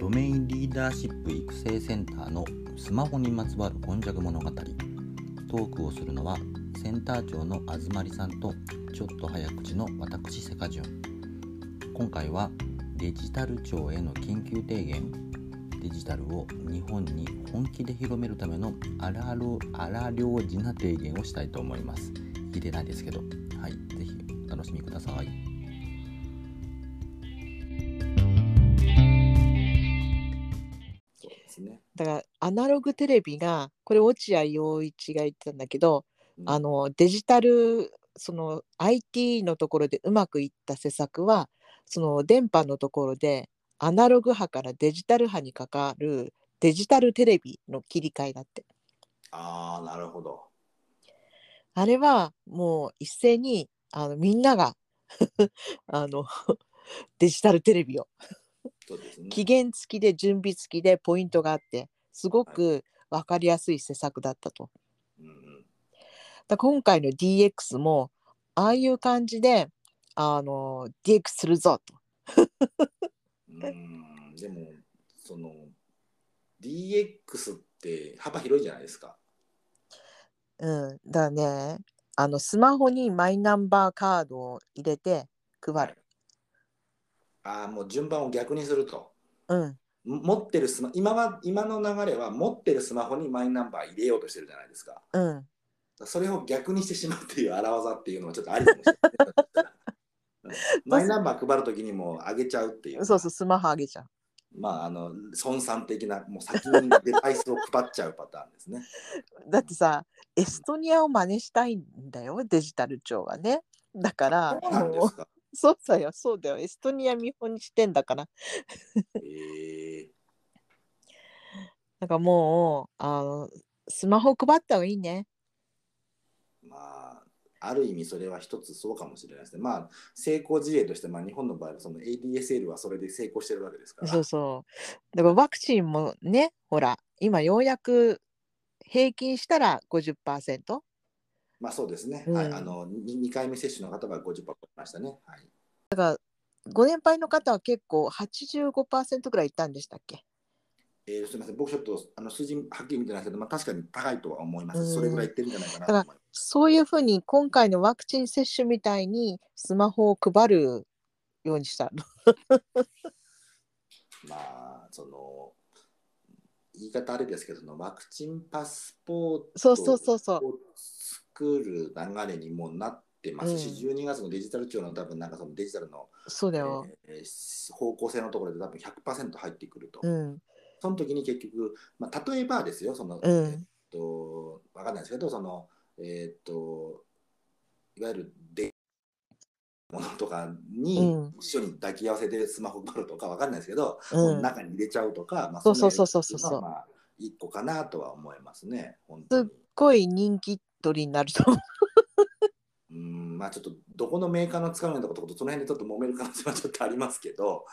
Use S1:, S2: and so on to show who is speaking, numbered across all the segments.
S1: ドメインリーダーシップ育成センターのスマホにまつわる今弱物語トークをするのはセンター長のあずまりさんとちょっと早口の私セカジュン今回はデジタル庁への緊急提言デジタルを日本に本気で広めるための荒々荒領事な提言をしたいと思います入れないですけどはいぜひお楽しみください
S2: そうですね。
S3: だからアナログテレビがこれ落合陽一が言ってたんだけど、
S2: うん
S3: あのデジタルその IT のところでうまくいった施策はその電波のところでアナログ波からデジタル波にかかるデジタルテレビの切り替えだって
S2: ああ、なるほど。
S3: あれはもう一斉にあのみんなが あのデジタルテレビを
S2: そうですね。
S3: 期限付きで準備付きでポイントがあってすごく分かりやすい施策だったと。
S2: うんうん。
S3: だから今回の DX もああいう感じであの DX するぞと。
S2: うーんでもその DX って幅広いじゃないですか。
S3: うん、だからねあのスマホにマイナンバーカードを入れて配る。
S2: ああもう順番を逆にすると。
S3: うん、
S2: も持ってるスマ今は今の流れは持ってるスマホにマイナンバー入れようとしてるじゃないですか。
S3: うん、
S2: それを逆にしてしまうっていう荒技っていうのはちょっとありかもしれな いうん。マイナンバー配るときにも上げちゃうっていう。
S3: そうそうスマホあげちゃう。
S2: まああの孫さん的なもう先にデバイスを配っちゃうパターンです ね。
S3: だってさエストニアを真似したいんだよデジタル庁はね。だから
S2: そうなんで
S3: もう
S2: すか。
S3: そうだよそうだよエストニア見本にしてんだから
S2: ええ
S3: なんかもうあのスマホ配った方がいいね。
S2: まあ、ある意味それは一つそうかもしれないですね。まあ、成功事例として、まあ、日本の場合はその ADSL はそれで成功してるわけですから。
S3: そうそう。だからワクチンもね、ほら、今ようやく平均したら50%。
S2: まあそうですね、
S3: うん
S2: はいあの。2回目接種の方が50%超えましたね。はい、
S3: ご年配の方は結構85%ぐらいいたんでしたっけ
S2: えーすみません、僕ちょっとあの数字はっきり見てないですけど、まあ、確かに高いとは思います。
S3: うん
S2: それぐらいいってるんじゃないかなと思います。
S3: そういうふうに今回のワクチン接種みたいにスマホを配るようにした。
S2: まあ、その、言い方あれですけど、そのワクチンパスポート
S3: そ
S2: を
S3: うそうそうそう。
S2: 作る流れにもなってますし、12月のデジタル庁の多分なんかそのデジタルの
S3: そうだよ。
S2: えー方向性のところで多分100%入ってくると、
S3: うん。
S2: その時に結局、まあ、例えばですよその、
S3: う
S2: えっ
S3: ん。
S2: と分かんないですけどそのえっといわゆるでものとかに、
S3: うん
S2: 一緒に抱き合わせでスマホ配るとか分かんないですけど、
S3: うん。
S2: 中に入れちゃうとか、まあ、
S3: そう
S2: の
S3: そうそうそうそ
S2: やり方っていのは
S3: う
S2: まあ一個かなとは思いますね本
S3: す
S2: 当
S3: っ
S2: に。
S3: ごい人気取りになると思う。
S2: うんまあちょっとどこのメーカーの使うのとかとその辺でちょっと揉める可能性はちょっとありますけど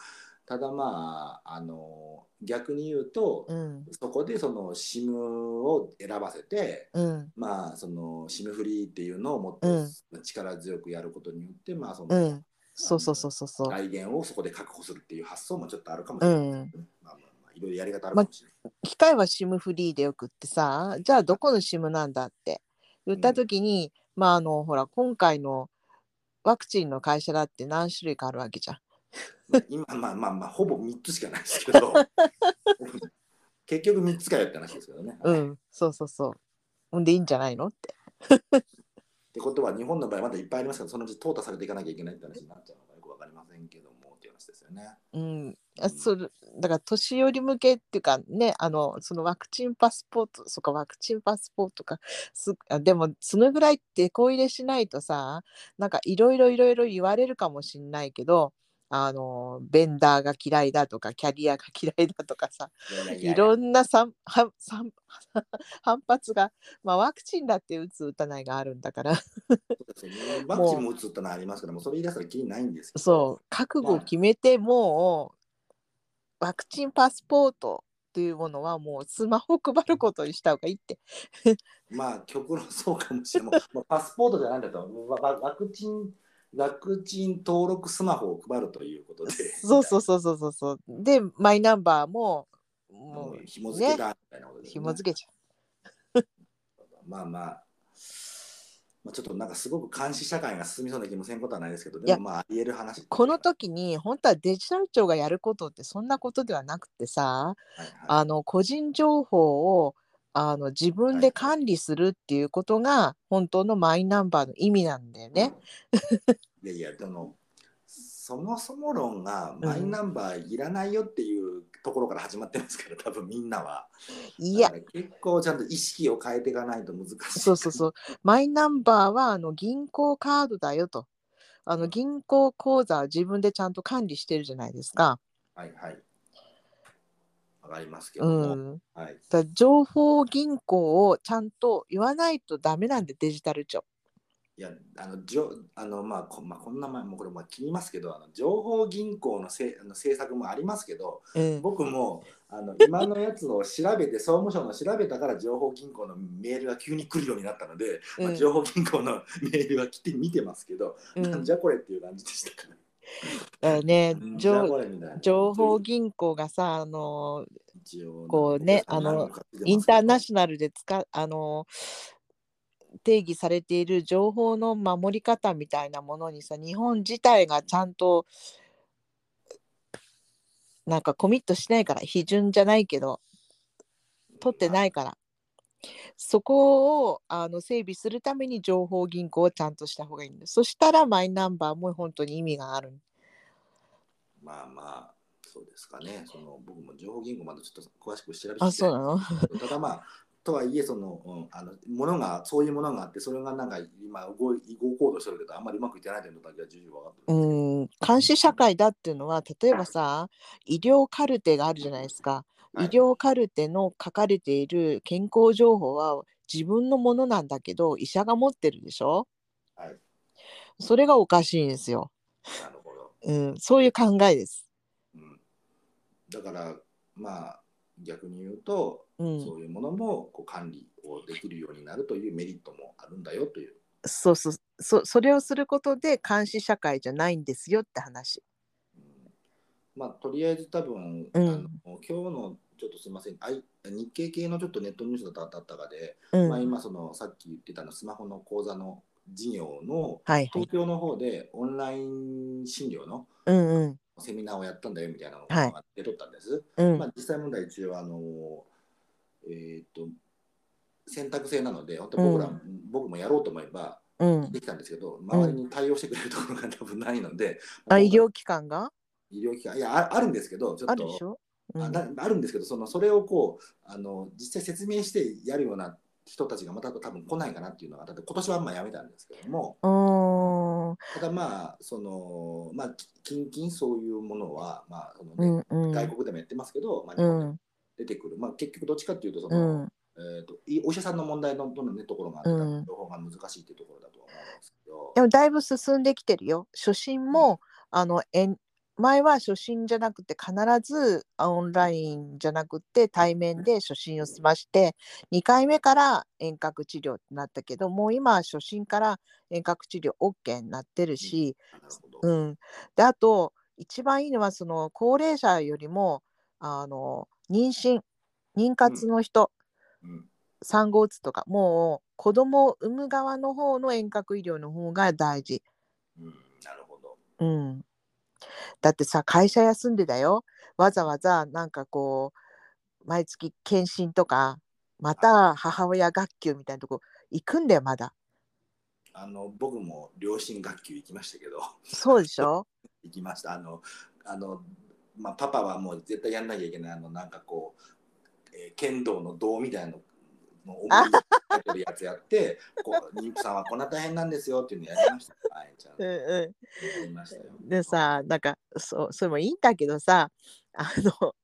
S2: ただまああの逆に言うと、
S3: うん。
S2: そこでその SIM を選ばせて
S3: うん。
S2: まあその SIM フリーっていうのをもっと力強くやることによって、まあその、
S3: うん。そうそうそうそうそう。
S2: 財源をそこで確保するっていう発想もちょっとあるかもし
S3: う
S2: れない、
S3: ん。
S2: まあまあまあいろいろやり方あるかもしれない、
S3: 機械は SIM フリーでよくってさじゃあどこの SIM なんだって言った時に、まああのほら今回のワクチンの会社だって何種類かあるわけじゃん。
S2: 今まあまあまあほぼ3つしかないですけど 結局3つかよって話ですけどね。
S3: うんそうそうそう。ほんでいいんじゃないのって。
S2: ってことは日本の場合まだいっぱいありますからそのうち淘汰されていかなきゃいけないって話になっちゃうのかよくわかりませんけどもっていう話ですよね。
S3: うん、あそれだから年寄り向けっていうかねあのそのワクチンパスポートそっかワクチンパスポートかすあでもそのぐらいってこ入れしないとさなんかいろいろいろいろ言われるかもしんないけどあのベンダーが嫌いだとかキャリアが嫌いだとかさいろんなさんはさん 反発が、まあ、ワクチンだって打つ打たないがあるんだから
S2: そうですよねワクチンも打つってのはありますからもうそれ言い出したらきりないんですけど
S3: そう覚悟を決めてもうワクチンパスポートというものはもうスマホ配ることにした方がいいって
S2: まあ極論そうかもしれないもうもうパスポートじゃないんだとわわワクチン楽ちん登録スマホを配るということで、
S3: そうそうそうそうそうそう。で、マイナンバーも、も
S2: も
S3: う
S2: う紐付けたみたいなことですね
S3: 紐付けちゃ
S2: まあまあ、まあ、ちょっとなんかすごく監視社会が進みそうな気もせんことはないですけど、
S3: い
S2: で
S3: や
S2: もまあ、ありえる話。
S3: う。この時に、本当はデジタル庁がやることってそんなことではなくてさ、
S2: はいはい
S3: あの、個人情報を、あの自分で管理するっていうことが本当のマイナンバーの意味なんだよね。
S2: いやいや、でも、そもそも論がマイナンバーいらないよっていうところから始まってますから、多分みんなは。
S3: いや
S2: だから結構ちゃんと意識を変えていかないと難しい。
S3: そうそうそう。マイナンバーはあの銀行カードだよと。あの銀行口座は自分でちゃんと管理してるじゃないですか。
S2: はいはい。わかりますけど
S3: う
S2: も。
S3: ん。
S2: はい。
S3: だから情報銀行をちゃんと言わないとダメなんでデジタル庁。
S2: いや、あの、じょあのまあこまあ、こんな前、もうこれ、まあ、切りますけど、あの情報銀行のせいあの政策もありますけど、
S3: うん。
S2: 僕もあの今のやつを調べて総務省の調べたから情報銀行のメールが急に来るようになったので、まあ
S3: うん
S2: 情報銀行のメールは来て見てますけど、
S3: うん
S2: なんじゃこれっていう感じでしたから、
S3: だからね、
S2: なんじゃ
S3: 情
S2: これみたいな
S3: 情報銀行がさ、あの
S2: 一応
S3: こうね
S2: お客さん
S3: あの
S2: 何人か来てますけど
S3: インターナショナルで使あの定義されている情報の守り方みたいなものにさ日本自体がちゃんとなんかコミットしないから批准じゃないけど取ってないからそこをあの整備するために情報銀行をちゃんとした方がいいんですそしたらマイナンバーも本当に意味がある
S2: まあまあそうですかねその僕も情報銀行まだちょっと詳しく調べて
S3: あそうなの
S2: ただまあとはいえその、うん、あのものがそういうものがあってそれがなんか今動い移行行動してるけどあんまりうまくいってないというのだけは重々分かってる
S3: うん、監視社会だっていうのは例えばさ医療カルテがあるじゃないですか、
S2: はい
S3: 医療カルテの書かれている健康情報は自分のものなんだけど医者が持ってるでしょ、
S2: はい
S3: それがおかしいんですよ、
S2: なるほど
S3: うん、そういう考えです、
S2: うんだからまあ逆に言うと、
S3: うん、
S2: そういうものもこう管理をできるようになるというメリットもあるんだよという。
S3: そうそうそそれをすることで監視社会じゃないんですよって話
S2: うんまあ、とりあえず多分、あ
S3: うん
S2: の今日のちょっとすみませんあい日経系のちょっとネットニュースだっただったかで、
S3: うん
S2: まあ、
S3: はい
S2: 今そのさっき言ってたのスマホの口座の事業の
S3: はい
S2: 東京の方でオンライン診療の
S3: うんうん
S2: セミナーをやったんだよみたいなの
S3: はい
S2: が出とったんです。
S3: うん
S2: まあ、実際問題中はあのえーっと選択制なので本当僕ら、
S3: う
S2: 僕もやろうと思えば
S3: うん
S2: できたんですけど周りに対応してくれるところが多分ないので、
S3: あ医療機関が
S2: 医療機関いやああるんですけどちょ
S3: あ
S2: っ
S3: るでし
S2: と
S3: ょ、う
S2: あ
S3: ん、
S2: なあるんですけどそのそれをこうあの実際説明してやるような人たちがまた多分来ないかなっていうのがだって今年はまあやめたんですけども
S3: うーん
S2: ただまあそのまあき近々そういうものは、まあその
S3: う
S2: ね
S3: んうん
S2: 外国でもやってますけど、まあ、日
S3: う
S2: 本でも
S3: ん
S2: 出てくる、まあ、結局どっちかっていうとその、
S3: うん
S2: えー、といお医者さんの問題のどの、ね、ところがあって、
S3: うん
S2: 情報が難しいっていうところだとは思うんですけど
S3: で、もだいぶ進んできてるよ。初心も、あのえん前は初心じゃなくて必ずあオンラインじゃなくて対面で初心を済まして2回目から遠隔治療ってなったけどもう今は初心から遠隔治療 OK になってるし、
S2: なるほど、
S3: うん、であと一番いいのはその高齢者よりもあの妊娠妊活の人、
S2: うん
S3: 産後うつとかもう子供を産む側の方の遠隔医療の方が大事。
S2: うんなるほど、
S3: うん、だってさ会社休んでだよわざわざなんかこう毎月検診とかまた母親学級みたいなとこ行くんだよまだ
S2: あの僕も両親学級行きましたけど
S3: そうでしょ
S2: 行きましたあのあの、まあ、パパはもう絶対やんなきゃいけないあのなんかこう、えー剣道の道みたいなのの重いやつやつや ってこう妊婦さんはこんな大変なんですよっていうのやりましたはいちゃん
S3: うん
S2: や
S3: う
S2: りましたよ
S3: んでさなんかそうそれもいいんだけどさあの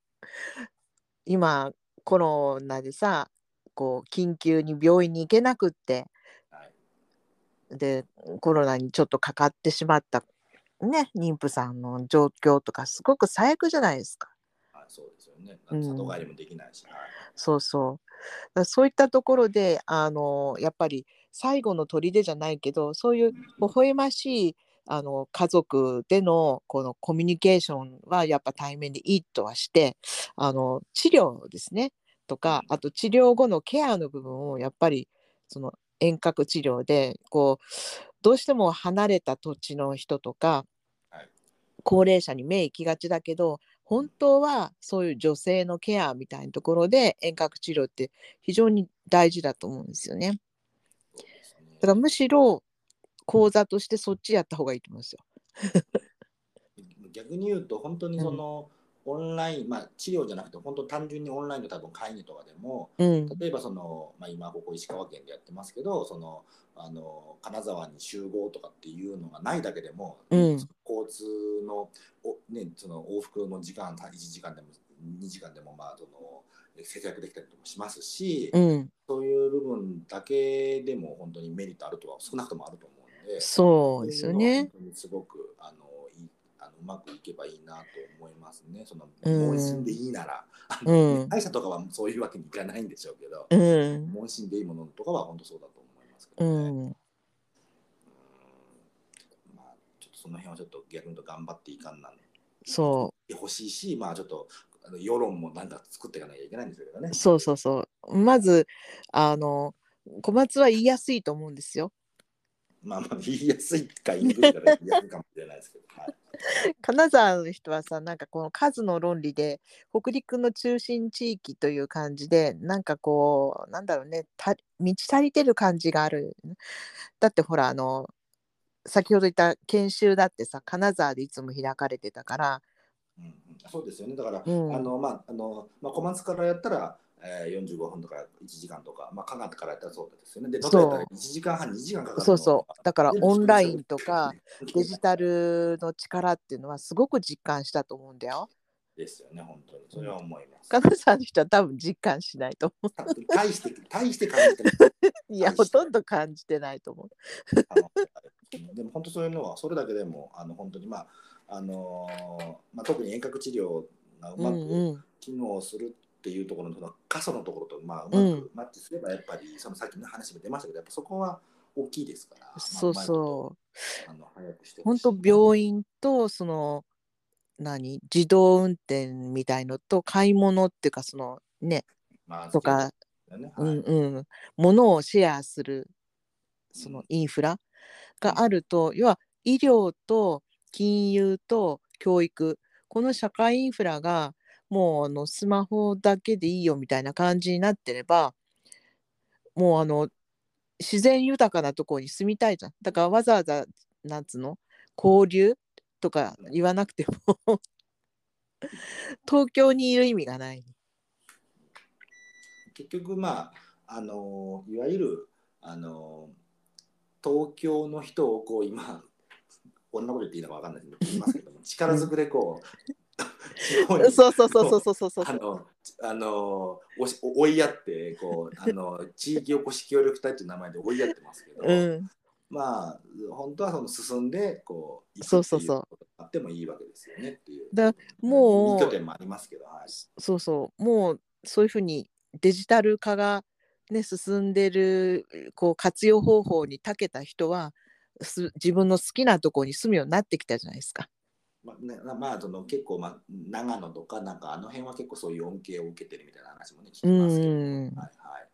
S3: 今コロナでさこう緊急に病院に行けなくって
S2: はい
S3: でコロナにちょっとかかってしまった、ね、妊婦さんの状況とかすごく最悪じゃないですか。
S2: はい、そうですよねだって里帰りもできないし、はい
S3: そうそう。だからそういったところで、あのやっぱり最後の砦じゃないけど、そういう微笑ましいあの家族でのこのコミュニケーションはやっぱ対面でいいとはしてあの治療ですねとかあと治療後のケアの部分をやっぱりその遠隔治療でこうどうしても離れた土地の人とか
S2: はい
S3: 高齢者に目行きがちだけど本当はそういう女性のケアみたいなところで遠隔治療って非常に大事だと思うんですよね。
S2: そうですね
S3: だからむしろ講座としてそっちやった方がいいと思うんですよ。
S2: 逆に言うと本当にその、オンライン、まあ、治療じゃなくて本当単純にオンラインの多分会議とかでも
S3: うん、
S2: 例えばその、まあ、今ここ石川県でやってますけどそのあの金沢に集合とかっていうのがないだけでも、
S3: うん
S2: 交通のお、ね、その往復の時間1時間でも2時間でもまあその節約できたりとかしますし、
S3: うん、
S2: そういう部分だけでも本当にメリットあるとは少なくともあると思うんで。
S3: そうですよ
S2: そういう
S3: ね。
S2: のは本当にすごくあのいいあのうまくいけばいいなと思いますね。その
S3: うん
S2: 問診でいいなら、
S3: うん
S2: 会社とかはそういうわけにいかないんでしょうけど、
S3: うん、
S2: 問診でいいものとかは本当そうだと思いますけ
S3: う
S2: どね。うん
S3: ん、
S2: まあちょっとその辺はちょっと逆に言うと頑張っていかんなん
S3: そ
S2: でほしいし、まあちょっとあの世論もなんか作っていかなきゃいけないんですけどね
S3: う、。そうそうそう。まずあの小松は言いやすいと思うんですよ。
S2: まあまあ言いやすいか言いにくいから言いやすいかもしれないですけど、はい。
S3: 金沢の人はさなんかこの数の論理で北陸の中心地域という感じでなんかこうなんだろうねた満ち足りてる感じがあるだってほらあの先ほど言った研修だってさ金沢でいつも開かれてたから
S2: うんうんそうですよね。だから、
S3: うん
S2: あのまああのまあ小松からやったら、えー、45分とか1時間とか、まあ香川からやったらそうですよね。で、
S3: そ
S2: ど
S3: う
S2: こやったら1時間半2時間かかるの
S3: そうそうだからオンラインとかデジタ
S2: ル
S3: ルの力っていうのはすごく実感したと思うんだよ。
S2: ですよね。本当にそれは思います。
S3: 金沢の人は多分実感しないと思
S2: た大して大して感じてない。
S3: う。いやほとんど感じてないと思う。
S2: あのでも本当そういうのはそれだけでもあの本当にまああのーまあ特に遠隔治療がう
S3: う
S2: ま
S3: ん
S2: く
S3: うん
S2: 機能するっていうところのその過疎のところとまあうま
S3: うん
S2: くマッチすればやっぱりそのさっきの話も出ましたけどやっぱそこは大きいですから。まあ
S3: そうそう。
S2: うまいことあの早くしてほ
S3: 本
S2: しい
S3: 当病院とその何自動運転みたいのと買い物っていうかそのね
S2: まあ
S3: とか、
S2: そうですよ
S3: う
S2: ねは
S3: ん
S2: い
S3: うん物をシェアするそのインフラがあると要は医療と金融と教育この社会インフラがもうあのスマホだけでいいよみたいな感じになってればもうあの自然豊かなところに住みたいじゃんだからわざわざなんつうの交流とか言わなくても東京にいる意味がない。
S2: 結局まああのいわゆるあの東京の人をこう今 こんなこと言っていいのかわかんないけど言いますけども力ずくでこ う地方に
S3: そうそうそうそうそうそ
S2: あ
S3: うそう。
S2: のあのおし追いやってこう あの地域おこし協力隊っていう名前で追いやってますけど、
S3: うん
S2: まあ本当はその進んでこう
S3: そうそうそう
S2: うあってもいいわけですよねっていう
S3: だもう
S2: 二拠点もありますけどはい
S3: そうそうもうそういうふうにデジタル化が、ね、進んでるこう活用方法に長けた人はす自分の好きなところに住むようになってきたじゃないですか。
S2: まあね、まあその結構、まあ、長野とかなんかあの辺は結構そういう恩恵を受けてるみたいな話もね聞き
S3: う
S2: ますけど、はい
S3: ん
S2: はい、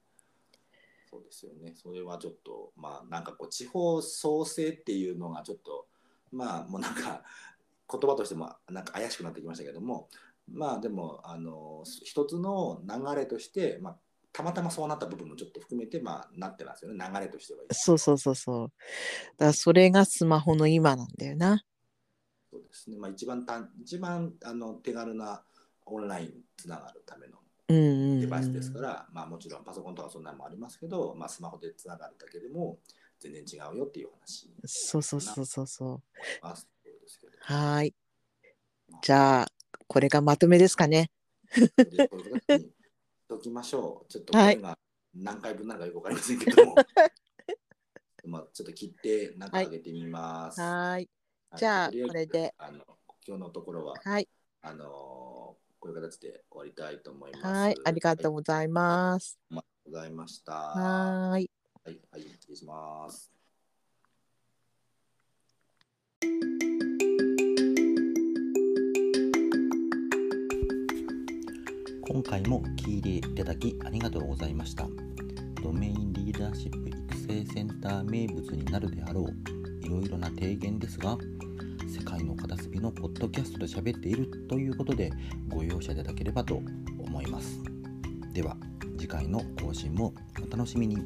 S2: そうですよねそれはちょっとまあなんかこう地方創生っていうのがちょっとまあもうなんか言葉としてもなんか怪しくなってきましたけどもまあでもあの一つの流れとして、まあ、たまたまそうなった部分もちょっと含めてまあなってますよね流れとしては
S3: そうそうそうそう。だからそれがスマホの今なんだよな。
S2: そうですね、まあ、一番単一番あの手軽なオンラインつながるための
S3: うんうんうん
S2: デバイスですから、まあ、もちろんパソコンとかそんなのもありますけど、まあ、スマホでつながるだけでも全然違うよっていう話に
S3: そうそうそうそうそう。
S2: なりますということですけど。
S3: はーい。じゃあこれがまとめですかね。
S2: でこういうことにしときましょう。ちょっとこ
S3: は
S2: れ
S3: い
S2: が何回分なのかよくわかりませんけ ども。まあちょっと切って中上げてみます。
S3: はーい。
S2: はい
S3: じゃあ
S2: とりえず
S3: これで
S2: あの今日のところは、
S3: はい。
S2: あのこういう形で終わりたいと思います。
S3: はい。ありがとうございます。
S2: ありがとうございました。
S3: はーい。
S2: はい、はい、失礼します。
S1: 回も聞いていただきありがとうございました。ドメインリーダーシップ育成センター名物になるであろういろいろな提言ですが、世界の片隅のポッドキャストで喋っているということでご容赦いただければと思います。では次回の更新もお楽しみに。